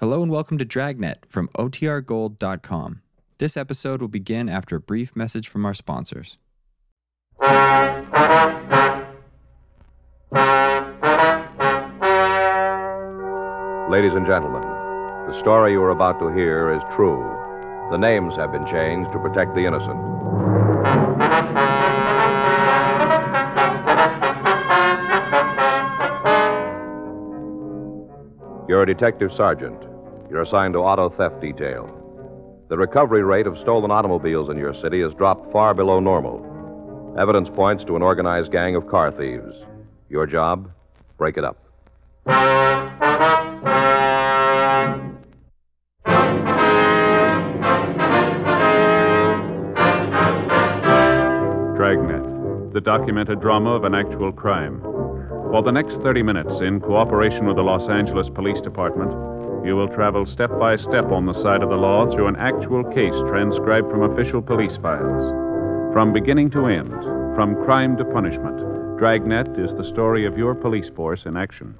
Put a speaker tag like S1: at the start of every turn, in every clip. S1: Hello and welcome to Dragnet from OTRGold.com. This episode will begin after a brief message from our sponsors.
S2: Ladies and gentlemen, the story you are about to hear is true. The names have been changed to protect the innocent. You're a detective sergeant. You're assigned to auto theft detail. The recovery rate of stolen automobiles in your city has dropped far below normal. Evidence points to an organized gang of car thieves. Your job? Break it up.
S3: Dragnet, the documented drama of an actual crime. For the next 30 minutes, in cooperation with the Los Angeles Police Department, you will travel step by step on the side of the law through an actual case transcribed from official police files. From beginning to end, from crime to punishment, Dragnet is the story of your police force in action.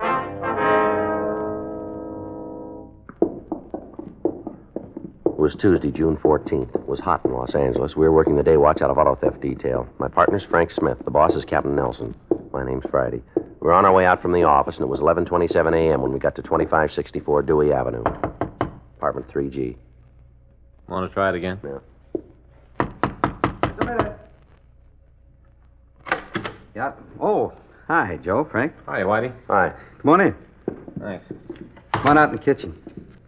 S4: It was Tuesday, June 14th. It was hot in Los Angeles. We were working the day watch out of auto theft detail. My partner's Frank Smith. The boss is Captain Nelson. My name's Friday. We were on our way out from the office, and it was 11:27 a.m. when we got to 2564 Dewey Avenue, apartment 3G.
S5: Want to try it again?
S4: Yeah.
S6: Yeah. Oh, hi, Joe, Frank.
S5: Hi, Whitey.
S4: Hi.
S6: Come on in.
S5: Thanks.
S6: Come on out in the kitchen.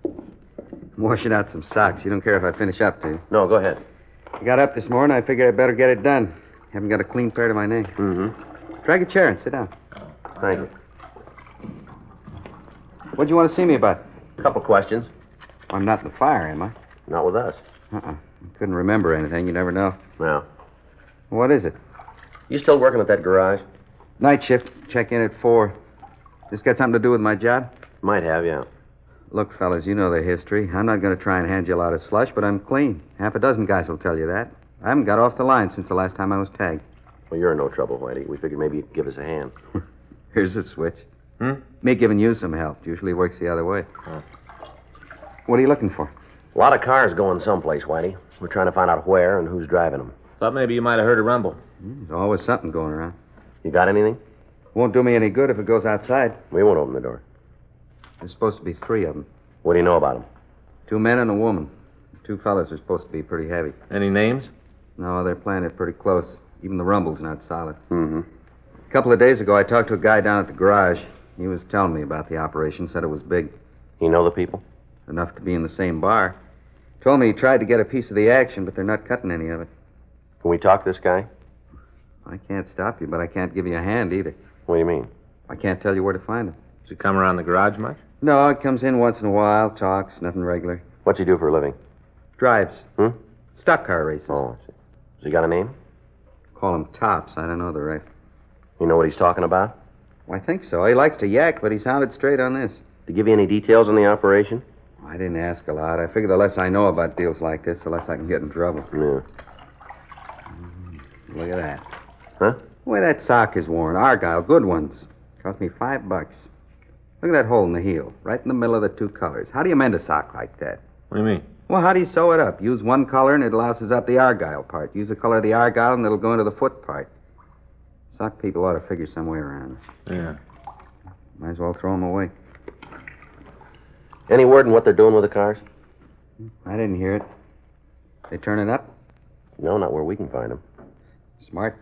S6: I'm washing out some socks. You don't care if I finish up, do you?
S4: No, go ahead.
S6: I got up this morning. I figured I better get it done. Haven't got a clean pair to my name.
S4: Mm-hmm.
S6: Drag a chair and sit down.
S4: Thank you.
S6: What'd you want to see me about?
S4: Couple questions.
S6: I'm not in the fire, am I?
S4: Not with us.
S6: Uh-uh. I couldn't remember anything. You never know.
S4: No.
S6: What is it?
S4: You still working at that garage?
S6: Night shift. Check in at four. This got something to do with my job?
S4: Might have, yeah.
S6: Look, fellas, you know the history. I'm not going to try and hand you a lot of slush, but I'm clean. Half a dozen guys will tell you that. I haven't got off the line since the last time I was tagged.
S4: Well, you're in no trouble, Whitey. We figured maybe you'd give us a hand.
S6: Here's a switch.
S5: Hmm? Oh.
S6: Me giving you some help usually works the other way. What are you looking for?
S4: A lot of cars going someplace, Whitey. We're trying to find out where and who's driving them.
S5: Thought maybe you might have heard a rumble.
S6: Hmm, There's always something going around.
S4: You got anything?
S6: Won't do me any good if it goes outside.
S4: We won't open the door.
S6: There's supposed to be three of them
S4: What do you know about them?
S6: two men and a woman. The two fellas are supposed to be pretty heavy.
S5: Any names?
S6: No, they're playing it pretty close. Even the rumble's not solid.
S4: Mm-hmm.
S6: A couple of days ago, I talked to a guy down at the garage. He was telling me about the operation, said it was big.
S4: You know the people?
S6: enough to be in the same bar. Told me he tried to get a piece of the action, but they're not cutting any of it.
S4: Can we talk to this guy?
S6: I can't stop you, but I can't give you a hand either.
S4: What do you mean?
S6: I can't tell you where to find him.
S5: Does he come around the garage much?
S6: No, he comes in once in a while, talks, nothing regular.
S4: What's he do for a living?
S6: Drives.
S4: Hmm?
S6: Stock car races.
S4: Oh, I see. Has he got a name?
S6: Call him tops. I don't know the rest.
S4: You know what he's talking about?
S6: Well, I think so. He likes to yak, but he's hounded straight on this.
S4: To give you any details on the operation?
S6: I didn't ask a lot. I figure the less I know about deals like this, the less I can get in trouble.
S4: No.
S6: Look at that.
S4: Huh?
S6: Boy, that sock is worn. Argyle, good ones. Cost me five bucks. Look at that hole in the heel, right in the middle of the two colors. How do you mend a sock like that?
S5: What do you mean?
S6: Well, how do you sew it up? Use one color and it louses up the argyle part. Use the color of the argyle and it'll go into the foot part. Sock people ought to figure some way around. it.
S5: Yeah.
S6: Might as well throw them away.
S4: Any word on what they're doing with the cars?
S6: I didn't hear it. They turn it up?
S4: No, not where we can find them.
S6: Smart.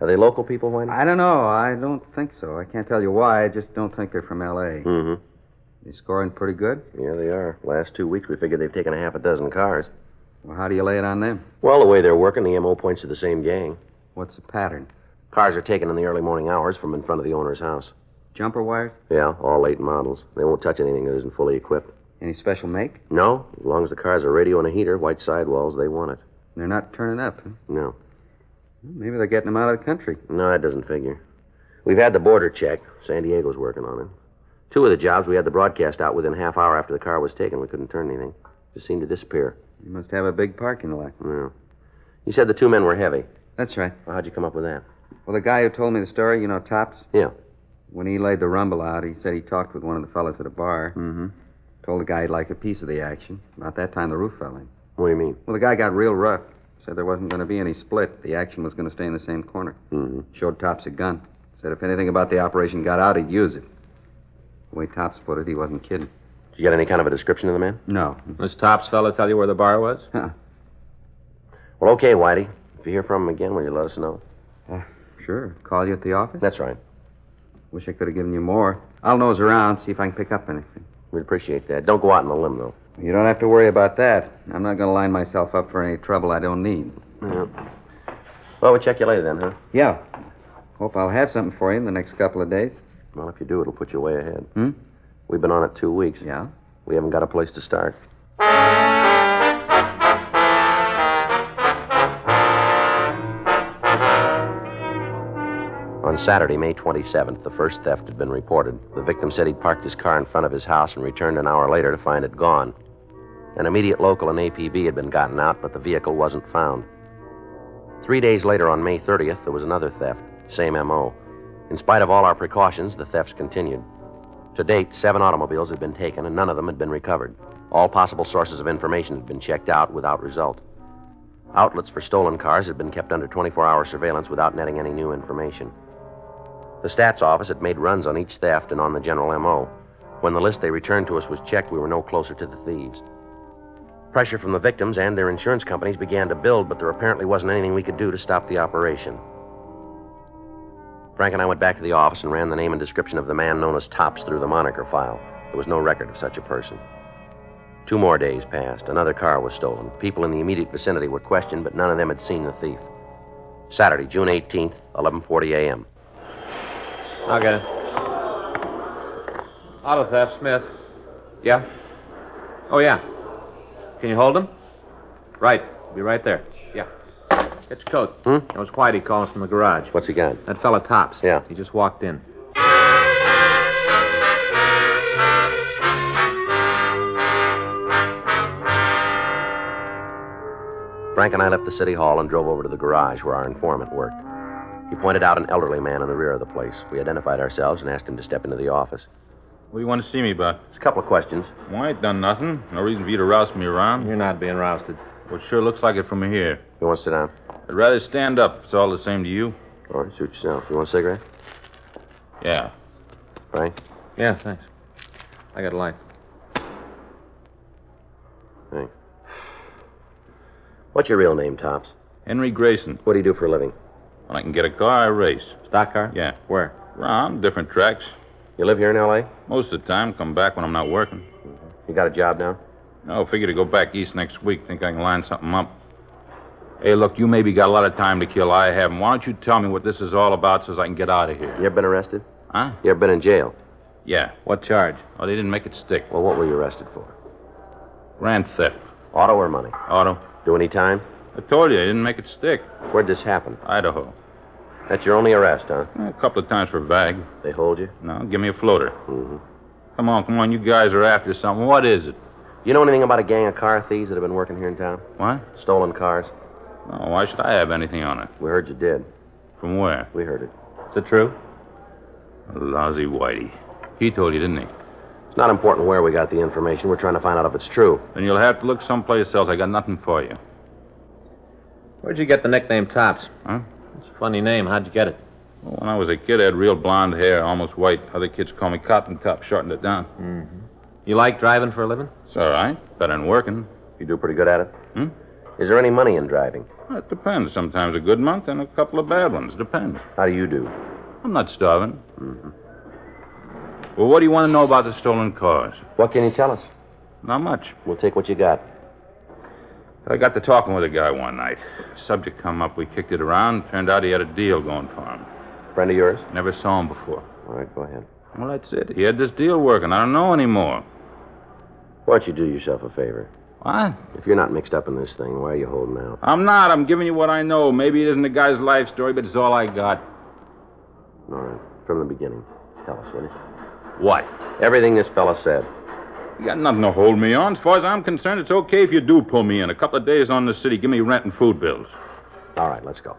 S4: Are they local people, Whitey?
S6: I don't know. I don't think so. I can't tell you why. I just don't think they're from
S5: Hmm.
S6: L.A.
S4: Mm-hmm.
S6: They scoring pretty good?
S4: Yeah, they are. Last two weeks, we figured they've taken a half a dozen cars.
S6: Well, how do you lay it on them?
S4: Well, the way they're working, the MO points to the same gang.
S6: What's the pattern?
S4: Cars are taken in the early morning hours from in front of the owner's house.
S6: Jumper wires?
S4: Yeah, all late models. They won't touch anything that isn't fully equipped.
S6: Any special make?
S4: No, as long as the car's a radio and a heater, white sidewalls, they want it.
S6: They're not turning up. Huh?
S4: No.
S6: Maybe they're getting them out of the country.
S4: No, that doesn't figure. We've had the border checked. San Diego's working on it. Two of the jobs we had the broadcast out within a half hour after the car was taken. We couldn't turn anything. Just seemed to disappear.
S6: They must have a big parking lot.
S4: Yeah. You said the two men were heavy.
S6: That's right.
S4: Well, how'd you come up with that?
S6: Well, the guy who told me the story, you know, Tops,
S4: Yeah.
S6: when he laid the rumble out, he said he talked with one of the fellas at a bar.
S4: Mm-hmm.
S6: Told the guy he'd like a piece of the action. About that time, the roof fell in.
S4: What do you mean?
S6: Well, the guy got real rough. Said there wasn't going to be any split. The action was going to stay in the same corner.
S4: Mm-hmm.
S6: Showed Tops a gun. Said if anything about the operation got out, he'd use it. The way Tops put it, he wasn't kidding.
S4: Did you get any kind of a description of the man?
S6: No.
S5: This Tops fellow tell you where the bar was?
S4: Well, okay, Whitey. If you hear from him again, will you let us know?
S6: Sure. Call you at the office?
S4: That's right.
S6: Wish I could have given you more. I'll nose around, see if I can pick up anything.
S4: We'd appreciate that. Don't go out on a limb, though.
S6: You don't have to worry about that. I'm not going to line myself up for any trouble I don't need.
S4: Well, we'll check you later then, huh?
S6: Yeah. Hope I'll have something for you in the next couple of days.
S4: Well, if you do, it'll put you way ahead.
S6: Hmm?
S4: We've been on it two weeks.
S6: Yeah?
S4: We haven't got a place to start. On Saturday, May 27th, the first theft had been reported. The victim said he'd parked his car in front of his house and returned an hour later to find it gone. An immediate local and APB had been gotten out, but the vehicle wasn't found. Three days later, on May 30th, there was another theft, same MO. In spite of all our precautions, the thefts continued. To date, seven automobiles had been taken and none of them had been recovered. All possible sources of information had been checked out without result. Outlets for stolen cars had been kept under 24 hour surveillance without netting any new information. The stats office had made runs on each theft and on the general MO. When the list they returned to us was checked, we were no closer to the thieves. Pressure from the victims and their insurance companies began to build, but there apparently wasn't anything we could do to stop the operation. Frank and I went back to the office and ran the name and description of the man known as Tops through the moniker file. There was no record of such a person. Two more days passed. Another car was stolen. People in the immediate vicinity were questioned, but none of them had seen the thief. Saturday, June 18th, 11:40 a.m.
S5: I'll get it. Auto theft, Smith. Yeah? Oh, yeah. Can you hold him? Right. Be right there. Yeah. Get your coat.
S4: Hmm?
S5: It was Whitey calling from the garage.
S4: What's he got?
S5: That fella Tops.
S4: Yeah.
S5: He just walked in.
S4: Frank and I left the city hall and drove over to the garage where our informant worked. He pointed out an elderly man in the rear of the place. We identified ourselves and asked him to step into the office.
S7: What do you want to see me about?
S4: Just a couple of questions.
S7: Well, I ain't done nothing. No reason for you to roust me around.
S5: You're not being rousted.
S7: Well, it sure looks like it from here.
S4: You want to sit down?
S7: I'd rather stand up if it's all the same to you.
S4: All right, suit yourself. You want a cigarette?
S7: Yeah.
S4: Frank?
S5: Yeah, thanks. I got a light.
S4: Frank. What's your real name, Tops?
S7: Henry Grayson.
S4: What do you do for a living?
S7: When I can get a car, I race.
S5: Stock car?
S7: Yeah.
S5: Where?
S7: Around different tracks.
S4: You live here in L.A.?
S7: Most of the time, come back when I'm not working.
S4: You got a job now?
S7: No, figure to go back east next week. Think I can line something up. Hey, look, you maybe got a lot of time to kill. I haven't. Why don't you tell me what this is all about so as I can get out of here?
S4: You ever been arrested?
S7: Huh?
S4: You ever been in jail?
S7: Yeah.
S5: What charge?
S7: Well, they didn't make it stick.
S4: Well, what were you arrested for?
S7: Grand theft.
S4: Auto or money?
S7: Auto.
S4: Do any time?
S7: I told you, they didn't make it stick.
S4: Where'd this happen?
S7: Idaho.
S4: That's your only arrest, huh?
S7: A couple of times for bag.
S4: They hold you? Mm-hmm.
S7: No, give me a floater. Come on, come on. You guys are after something. What is it?
S4: You know anything about a gang of car thieves that have been working here in town?
S7: What?
S4: Stolen cars?
S7: Oh, why should I have anything on it?
S4: We heard you did.
S7: From where?
S4: We heard it.
S5: Is it true?
S7: Lousy Whitey. He told you, didn't he?
S4: It's not important where we got the information. We're trying to find out if it's true.
S7: Then you'll have to look someplace else. I got nothing for you.
S5: Where'd you get the nickname Tops?
S7: Huh?
S5: It's a funny name. How'd you get it?
S7: Well, when I was a kid, I had real blonde hair, almost white. Other kids call me Cotton Top, shortened it down.
S5: You like driving for a living?
S7: It's all right. Better than working.
S4: You do pretty good at it?
S7: Hmm?
S4: Is there any money in driving?
S7: Well, It depends. Sometimes a good month and a couple of bad ones. Depends.
S4: How do you do? Mm-hmm.
S7: I'm not starving. Well, what do you want to know about the stolen cars?
S4: What can you tell us?
S7: Not much.
S4: We'll take what you got.
S7: I got to talking with a guy one night. Subject come up, we kicked it around. Turned out he had a deal going for him.
S4: Friend of yours?
S7: Never saw him before.
S4: All right, go ahead.
S7: Well, that's it. He had this deal working. I don't know anymore.
S4: Why don't you do yourself a favor?
S7: What?
S4: If you're not mixed up in this thing, why are you holding out?
S7: I'm not. I'm giving you what I know. Maybe it isn't the guy's life story, but it's all I got.
S4: All right, from the beginning. Tell us, will you?
S7: What?
S4: Everything this fella said.
S7: You got nothing to hold me on. As far as I'm concerned, it's okay if you do pull me in. A couple of days on the city. Give me rent and food bills.
S4: All right, let's go.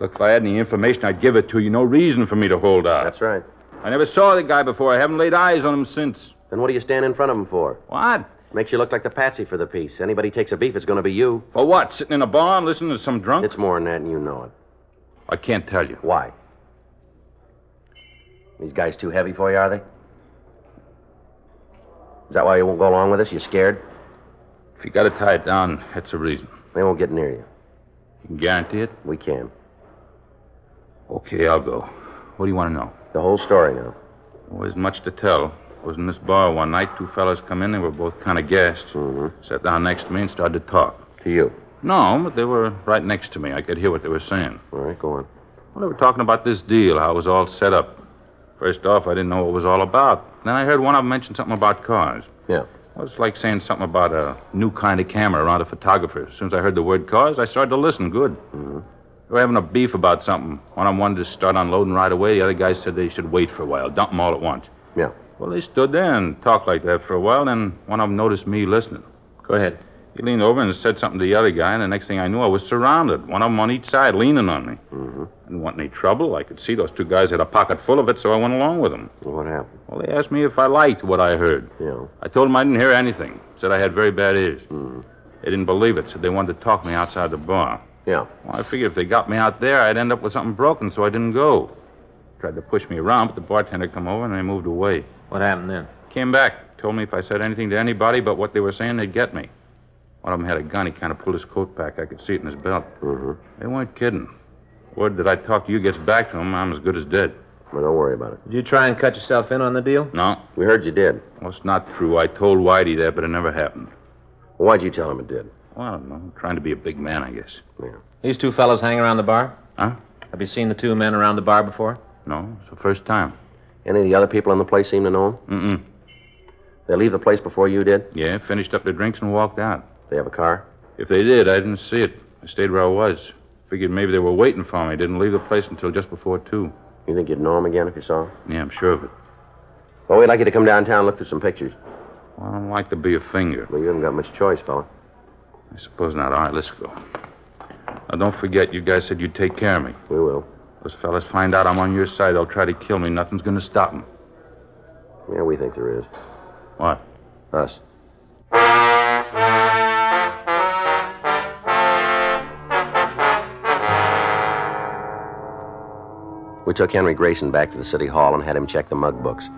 S7: Look, if I had any information, I'd give it to you. No reason for me to hold out.
S4: That's right.
S7: I never saw the guy before. I haven't laid eyes on him since.
S4: Then what do you stand in front of him for?
S7: What?
S4: Makes you look like the patsy for the piece. Anybody takes a beef, it's going to be you.
S7: For what? Sitting in a bar and listening to some drunk?
S4: It's more than that, and you know it.
S7: I can't tell you.
S4: Why? These guys too heavy for you, are they? Is that why you won't go along with us? You're scared?
S7: If you gotta tie it down, that's the reason.
S4: They won't get near you.
S7: You can guarantee it?
S4: We can.
S7: Okay, I'll go. What do you want to know?
S4: The whole story now.
S7: Well, there's much to tell. I was in this bar one night. Two fellas come in. They were both kind of gassed. Sat down next to me and started to talk.
S4: To you.
S7: No, but they were right next to me. I could hear what they were saying.
S4: All right, go on.
S7: Well, they were talking about this deal, how it was all set up. First off, I didn't know what it was all about. Then I heard one of them mention something about cars.
S4: Yeah.
S7: Well, it's like saying something about a new kind of camera around a photographer. As soon as I heard the word cars, I started to listen good. They were having a beef about something. One of them wanted to start unloading right away. The other guy said they should wait for a while, dump them all at once.
S4: Yeah.
S7: Well, they stood there and talked like that for a while, then one of them noticed me listening.
S5: Go ahead.
S7: He leaned over and said something to the other guy, and the next thing I knew, I was surrounded, one of them on each side, leaning on me. Mm-hmm. Didn't want any trouble. I could see those two guys had a pocket full of it, so I went along with them.
S4: Well, what happened?
S7: Well, they asked me if I liked what I heard.
S4: Yeah.
S7: I told them I didn't hear anything, said I had very bad ears.
S5: Mm-hmm.
S7: They didn't believe it, said they wanted to talk me outside the bar.
S4: Yeah.
S7: Well, I figured if they got me out there, I'd end up with something broken, so I didn't go. Tried to push me around, but the bartender come over and they moved away.
S5: What happened then?
S7: Came back, told me if I said anything to anybody but what they were saying, they'd get me. One of them had a gun. He kind of pulled his coat back. I could see it in his belt.
S5: Mm-hmm.
S7: They weren't kidding. Word that I talked to you gets back to him, I'm as good as dead.
S4: Well, don't worry about it.
S5: Did you try and cut yourself in on the deal?
S7: No,
S4: We heard you did.
S7: well, it's not true. I told Whitey that, but it never happened.
S4: Why'd you tell him it did?
S7: Well, I don't know. I'm trying to be a big man, I guess.
S4: Yeah.
S5: These two fellas hang around the bar?
S7: Huh?
S5: Have you seen the two men around the bar before?
S7: No, it's the first time.
S4: Any of the other people in the place seem to know him?
S7: Mm-mm.
S4: They leave the place before you did?
S7: Yeah, finished up their drinks and walked out.
S4: They have a car?
S7: If they did, I didn't see it. I stayed where I was. Figured maybe they were waiting for me. Didn't leave the place until just before two.
S4: You think you'd know him again if you saw him?
S7: Yeah, I'm sure of it.
S4: Well, we'd like you to come downtown and look through some pictures.
S7: Well, I don't like to be a finger.
S4: Well, you haven't got much choice, fella.
S7: I suppose not. All right, let's go. Now, don't forget, you guys said you'd take care of me.
S4: We will.
S7: Those fellas find out I'm on your side, they'll try to kill me. Nothing's going to stop them.
S4: Yeah, we think there is.
S7: What?
S4: Us. We took Henry Grayson back to the city hall and had him check the mug books.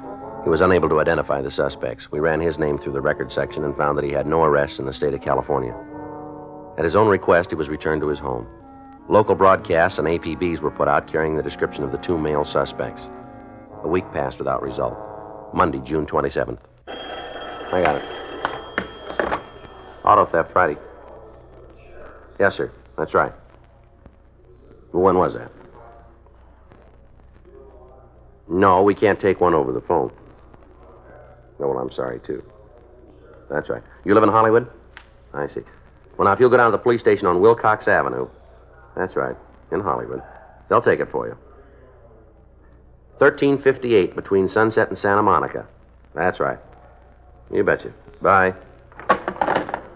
S4: He was unable to identify the suspects. We ran his name through the record section and found that he had no arrests in the state of California. At his own request, he was returned to his home. Local broadcasts and APBs were put out carrying the description of the two male suspects. A week passed without result. Monday, June 27th. I got it. Auto theft Friday. Yes, sir. That's right. When was that? No, we can't take one over the phone. No, well, I'm sorry, too. That's right. You live in Hollywood? I see. Well, now, if you'll go down to the police station on Wilcox Avenue. That's right, in Hollywood. They'll take it for you. 1358 between Sunset and Santa Monica. That's right. You betcha. Bye.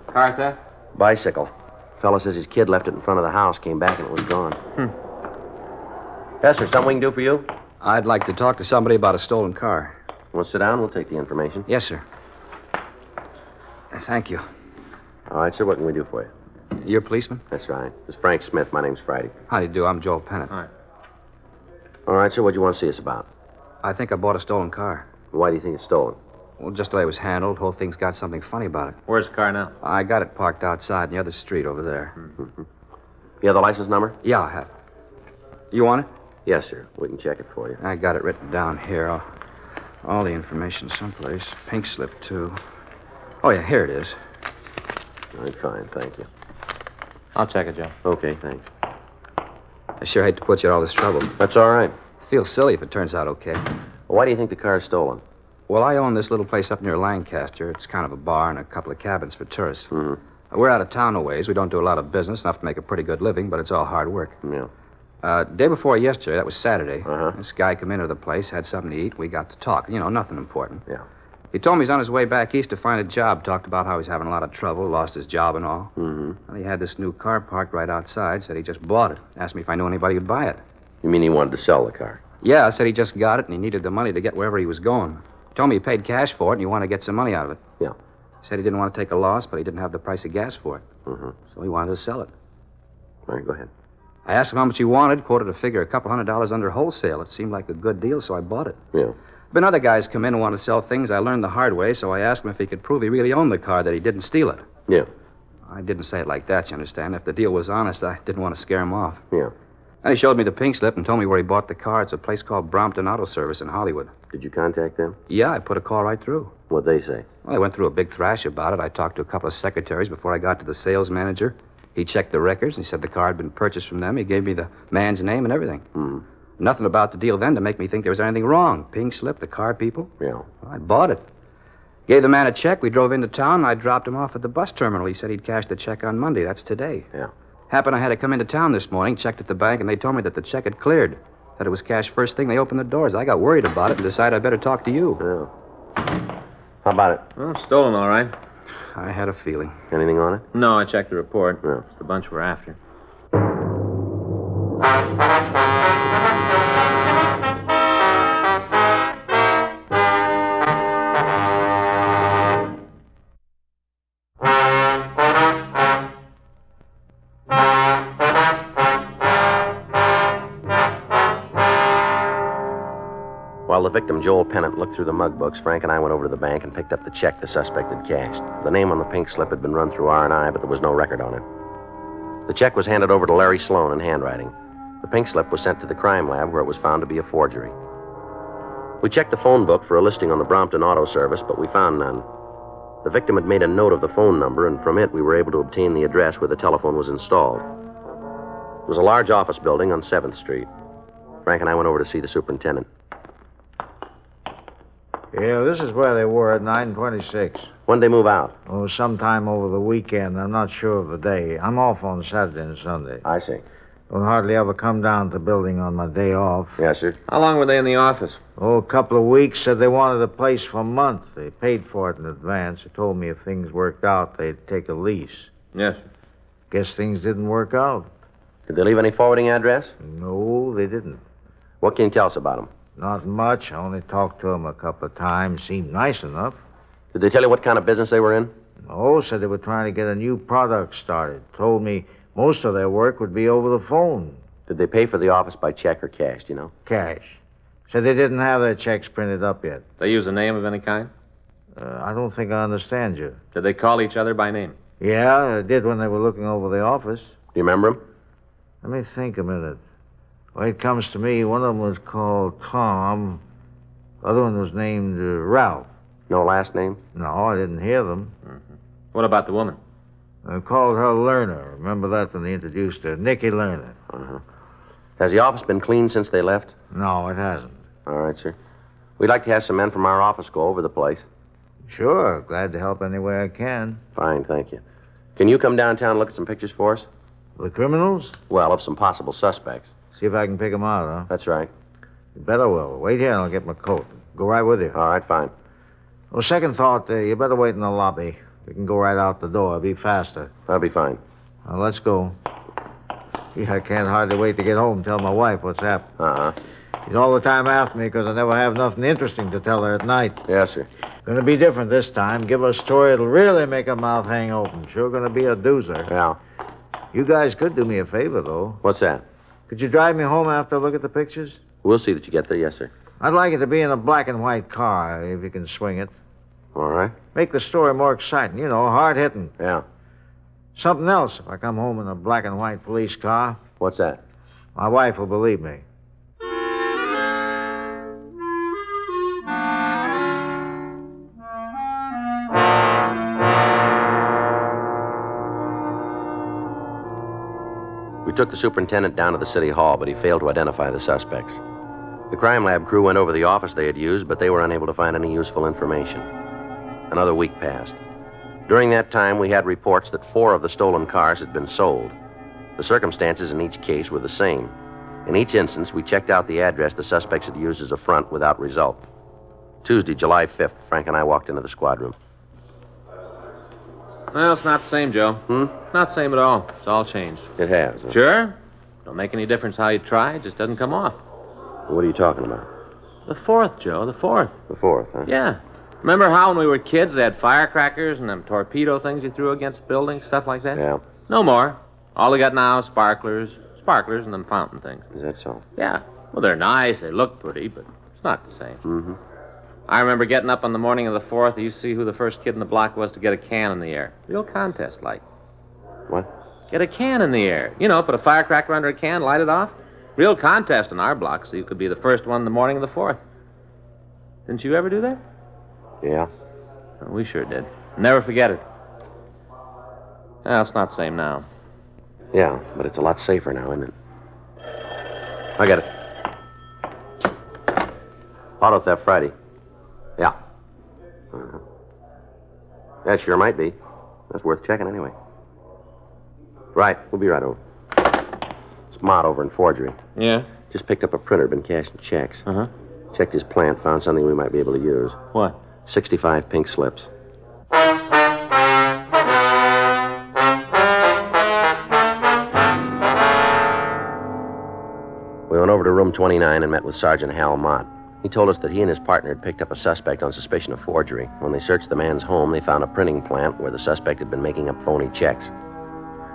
S5: Car theft?
S4: Bicycle. Fella says his kid left it in front of the house, came back, and it was gone. Yes, sir. Something we can do for Hmm. you?
S6: I'd like to talk to somebody about a stolen car.
S4: Well, sit down. We'll take the information.
S6: Yes, sir. Thank you.
S4: All right, sir. What can we do for you?
S6: You're a policeman?
S4: That's right. This is Frank Smith. My name's Friday.
S6: How do you do? I'm Joel Pennant.
S5: All right.
S4: All right, sir. What do you want to see us about?
S6: I think I bought a stolen car.
S4: Why do you think it's stolen?
S6: Well, just the way it was handled, whole thing's got something funny about it.
S5: Where's the car now? Hmm.
S6: I got it parked outside in the other street over there.
S4: You have the license number?
S6: Yeah, I have it. You want it?
S4: Yes, sir. We can check it for you.
S6: I got it written down here. All, all the information someplace. Pink slip, too. Oh, yeah, here it is.
S4: All right, fine. Thank you.
S5: I'll check it, Joe.
S4: Okay, thanks.
S6: I sure hate to put you in all this trouble.
S4: That's all right.
S6: Feel silly if it turns out okay.
S4: Why do you think the car's stolen?
S6: Well, I own this little place up near Lancaster. It's kind of a bar and a couple of cabins for tourists. We're out of town a ways. We don't do a lot of business, enough to make a pretty good living, but it's all hard work.
S4: Yeah.
S6: Uh, day before yesterday, that was Saturday, this guy came into the place, had something to eat. We got to talk. You know, nothing important.
S4: Yeah.
S6: He told me he's on his way back east to find a job. Talked about how he's having a lot of trouble, lost his job and all. Mm-hmm. And he had this new car parked right outside. Said he just bought it. Asked me if I knew anybody who'd buy it.
S4: You mean he wanted to sell the car?
S6: Yeah, I said he just got it and he needed the money to get wherever he was going. Told me he paid cash for it and he wanted to get some money out of it.
S4: Yeah.
S6: He said he didn't want to take a loss, but he didn't have the price of gas for it.
S4: Mm-hmm.
S6: So he wanted to sell it.
S4: All right, go ahead.
S6: I asked him how much he wanted, quoted a figure a couple hundred dollars under wholesale. It seemed like a good deal, so I bought it.
S4: Yeah.
S6: Been other guys come in and want to sell things I learned the hard way, so I asked him if he could prove he really owned the car, that he didn't steal it.
S4: Yeah.
S6: I didn't say it like that, you understand. If the deal was honest, I didn't want to scare him off.
S4: Yeah.
S6: And he showed me the pink slip and told me where he bought the car. It's a place called Brompton Auto Service in Hollywood.
S4: Did you contact them?
S6: Yeah, I put a call right through.
S4: What'd they say?
S6: Well, I went through a big thrash about it. I talked to a couple of secretaries before I got to the sales manager. He checked the records. and He said the car had been purchased from them. He gave me the man's name and everything.
S4: Hmm.
S6: Nothing about the deal then to make me think there was anything wrong. Pink slip, the car people.
S4: Yeah.
S6: I bought it. Gave the man a check. We drove into town. I dropped him off at the bus terminal. He said he'd cash the check on Monday. That's today.
S4: Yeah.
S6: Happened I had to come into town this morning, checked at the bank, and they told me that the check had cleared. That it was cash first thing they opened the doors. I got worried about it and decided I better talk to you.
S4: Yeah. How about it?
S5: Well, stolen, all right.
S6: I had a feeling.
S4: Anything on it?
S5: No, I checked the report.
S4: Yeah.
S5: It's the bunch we're after.
S4: While the victim, Joel Pennant, looked through the mug books, Frank and I went over to the bank and picked up the check the suspect had cashed. The name on the pink slip had been run through R&I, but there was no record on it. The check was handed over to Larry Sloan in handwriting. The pink slip was sent to the crime lab, where it was found to be a forgery. We checked the phone book for a listing on the Brompton Auto Service, but we found none. The victim had made a note of the phone number, and from it we were able to obtain the address where the telephone was installed. It was a large office building on 7th Street. Frank and I went over to see the superintendent.
S8: Yeah, this is where they were at 926.
S4: When did they move out?
S8: Oh, sometime over the weekend. I'm not sure of the day. I'm off on Saturday and Sunday.
S4: I see.
S8: Don't hardly ever come down to the building on my day off.
S4: Yes, sir.
S5: How long were they in the office?
S8: Oh, a couple of weeks. Said they wanted a place for a month. They paid for it in advance. They told me if things worked out, they'd take a lease.
S5: Yes. sir.
S8: Guess things didn't work out.
S4: Did they leave any forwarding address?
S8: No, they didn't.
S4: What can you tell us about them?
S8: Not much. I only talked to them a couple of times. Seemed nice enough.
S4: Did they tell you what kind of business they were in?
S8: No, said they were trying to get a new product started. Told me most of their work would be over the phone.
S4: Did they pay for the office by check or cash, do you know?
S8: Cash. Said they didn't have their checks printed up yet.
S5: They use a name of any kind?
S8: Uh, I don't think I understand you.
S5: Did they call each other by name?
S8: Yeah, I did when they were looking over the office.
S4: Do you remember them?
S8: Let me think a minute. When it comes to me, one of them was called Tom. The other one was named uh, Ralph.
S4: No last name?
S8: No, I didn't hear them.
S5: Mm-hmm. What about the woman?
S8: I called her Lerner. Remember that when they introduced her? Nicky Lerner.
S4: Has the office been clean since they left?
S8: No, it hasn't.
S4: All right, sir. We'd like to have some men from our office go over the place.
S8: Sure, glad to help any way I can.
S4: Fine, thank you. Can you come downtown and look at some pictures for us?
S8: The criminals?
S4: Well, of some possible suspects.
S8: See if I can pick them out, huh?
S4: That's right.
S8: You bet I will. Wait here and I'll get my coat. Go right with you.
S4: All right, fine.
S8: Well, second thought, uh, you better wait in the lobby. We can go right out the door. It'll be faster.
S4: That'll be fine.
S8: Now, let's go. Gee, I can't hardly wait to get home and tell my wife what's happened.
S4: Uh huh.
S8: She's all the time after me because I never have nothing interesting to tell her at night.
S4: Yes, sir.
S8: Gonna be different this time. Give her a story that'll really make her mouth hang open. Sure gonna be a doozer.
S4: Yeah.
S8: You guys could do me a favor, though.
S4: What's that?
S8: Could you drive me home after I look at the pictures?
S4: We'll see that you get there. Yes, sir.
S8: I'd like it to be in a black and white car, if you can swing it.
S4: All right.
S8: Make the story more exciting, you know, hard hitting.
S4: Yeah.
S8: Something else if I come home in a black and white police car.
S4: What's that?
S8: My wife will believe me.
S4: We took the superintendent down to the city hall, but he failed to identify the suspects. The crime lab crew went over the office they had used, but they were unable to find any useful information. Another week passed. During that time, we had reports that four of the stolen cars had been sold. The circumstances in each case were the same. In each instance, we checked out the address the suspects had used as a front without result. Tuesday, July 5th, Frank and I walked into the squad room.
S5: Well, it's not the same, Joe.
S4: Hmm?
S5: Not same at all. It's all changed.
S4: It has. huh?
S5: Sure? Don't make any difference how you try. It just doesn't come off.
S4: What are you talking about?
S8: The fourth, Joe, the fourth.
S4: The fourth, huh?
S8: Yeah. Remember how when we were kids they had firecrackers and them torpedo things you threw against buildings, stuff like that?
S4: Yeah.
S8: No more. All they got now is sparklers, sparklers, and them fountain things.
S4: Is that so?
S8: Yeah. Well, they're nice. They look pretty, but it's not the same. Mm-hmm. I remember getting up on the morning of the 4th. You see who the first kid in the block was to get a can in the air. Real contest like.
S4: What?
S8: Get a can in the air. You know, put a firecracker under a can, light it off. Real contest in our block, so you could be the first one the morning of the 4th. Didn't you ever do that?
S4: Yeah.
S8: Oh, we sure did. Never forget it. Well, it's not the same now.
S4: Yeah, but it's a lot safer now, isn't it? I got it. Auto theft Friday. Yeah. Uh-huh. That sure might be. That's worth checking anyway. Right, we'll be right over. It's Mott over in forgery.
S8: Yeah?
S4: Just picked up a printer, been cashing checks.
S8: Uh huh.
S4: Checked his plant, found something we might be able to use.
S8: What?
S4: 65 pink slips. We went over to room 29 and met with Sergeant Hal Mott. He told us that he and his partner had picked up a suspect on suspicion of forgery. When they searched the man's home, they found a printing plant where the suspect had been making up phony checks.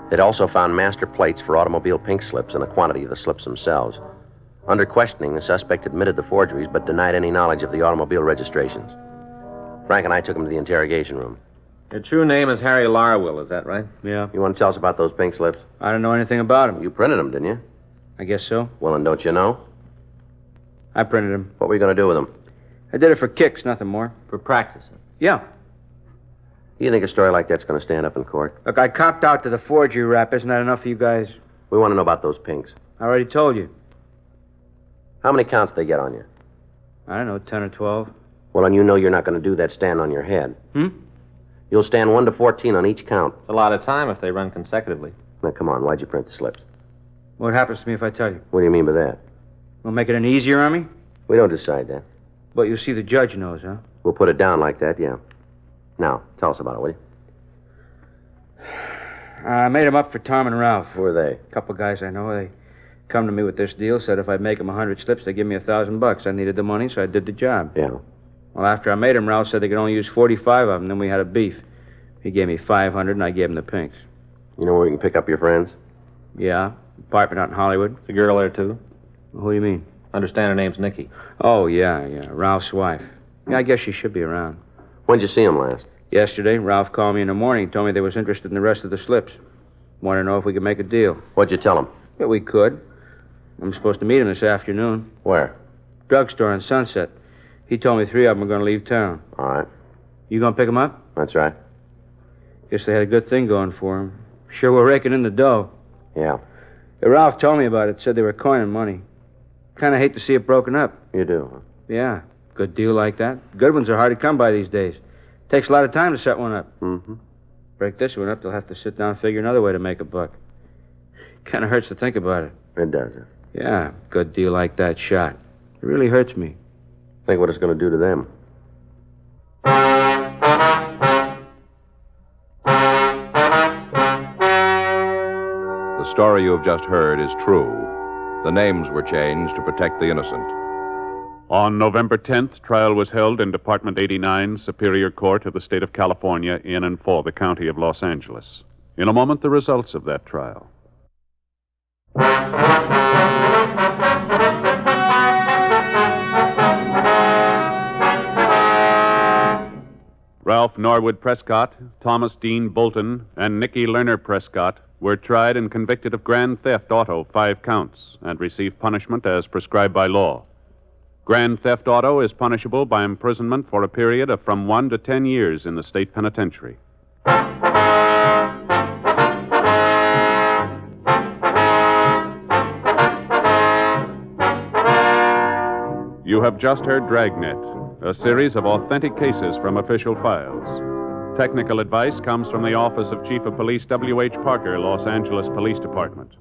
S4: They'd also found master plates for automobile pink slips and a quantity of the slips themselves. Under questioning, the suspect admitted the forgeries but denied any knowledge of the automobile registrations. Frank and I took him to the interrogation room.
S8: Your true name is Harry Larwell, is that right?
S6: Yeah.
S4: You want to tell us about those pink slips?
S6: I don't know anything about him.
S4: You printed them, didn't you?
S6: I guess so.
S4: Well, and don't you know?
S6: I printed him.
S4: What were you going to do with them?
S6: I did it for kicks, nothing more.
S8: For practicing.
S6: Yeah.
S4: You think a story like that's going to stand up in court?
S6: Look, I copped out to the forgery rap. Isn't that enough for you guys?
S4: We want to know about those pinks.
S6: I already told you.
S4: How many counts they get on you?
S6: I don't know, 10 or 12.
S4: Well, and you know you're not going to do that stand on your head.
S6: Hmm?
S4: You'll stand 1 to 14 on each count.
S8: It's a lot of time if they run consecutively.
S4: Now, come on, why'd you print the slips?
S6: What happens to me if I tell you?
S4: What do you mean by that?
S6: We'll make it an easier on me?
S4: We don't decide that.
S6: But you see, the judge knows, huh?
S4: We'll put it down like that, yeah. Now, tell us about it, will you?
S6: I made him up for Tom and Ralph.
S4: Who are they?
S6: A couple guys I know, they come to me with this deal, said if I'd make them a 100 slips, they'd give me a 1,000 bucks. I needed the money, so I did the job.
S4: Yeah.
S6: Well, after I made him, Ralph said they could only use 45 of them, then we had a beef. He gave me 500, and I gave him the pinks.
S4: You know where we can pick up your friends?
S6: Yeah, apartment out in Hollywood.
S8: The girl there, too?
S6: Who do you mean?
S8: Understand her name's Nikki.
S6: Oh, yeah, yeah, Ralph's wife. Yeah, I guess she should be around.
S4: When'd you see him last?
S6: Yesterday, Ralph called me in the morning, told me they was interested in the rest of the slips. Wanted to know if we could make a deal.
S4: What'd you tell him?
S6: But we could. I'm supposed to meet him this afternoon.
S4: Where?
S6: Drugstore on Sunset. He told me three of them are going to leave town.
S4: All right.
S6: You going to pick 'em up?
S4: That's right.
S6: Guess they had a good thing going for 'em. Sure, we're raking in the dough.
S4: Yeah,
S6: Uh, Ralph told me about it, said they were coining money. Kind of hate to see it broken up.
S4: you do.
S6: Yeah, good deal like that. Good ones are hard to come by these days. Takes a lot of time to set one up.
S4: Mm-hmm.
S6: Break this one up, they'll have to sit down and figure another way to make a buck. Kind of hurts to think about it.
S4: It does. Huh?
S6: Yeah, good deal like that shot. It really hurts me.
S4: Think what it's going to do to them.
S9: The story you have just heard is true. The names were changed to protect the innocent.
S7: On November 10th, trial was held in Department 89, Superior Court of the State of California, in and for the County of Los Angeles. In a moment, the results of that trial. Ralph Norwood Prescott, Thomas Dean Bolton, and Nicky Lerner Prescott were tried and convicted of grand theft auto, five counts, and received punishment as prescribed by law. Grand theft auto is punishable by imprisonment for a period of from one to ten years in the state penitentiary. You have just heard Dragnet, a series of authentic cases from official files. Technical advice comes from the Office of Chief of Police W.H. Parker, Los Angeles Police Department.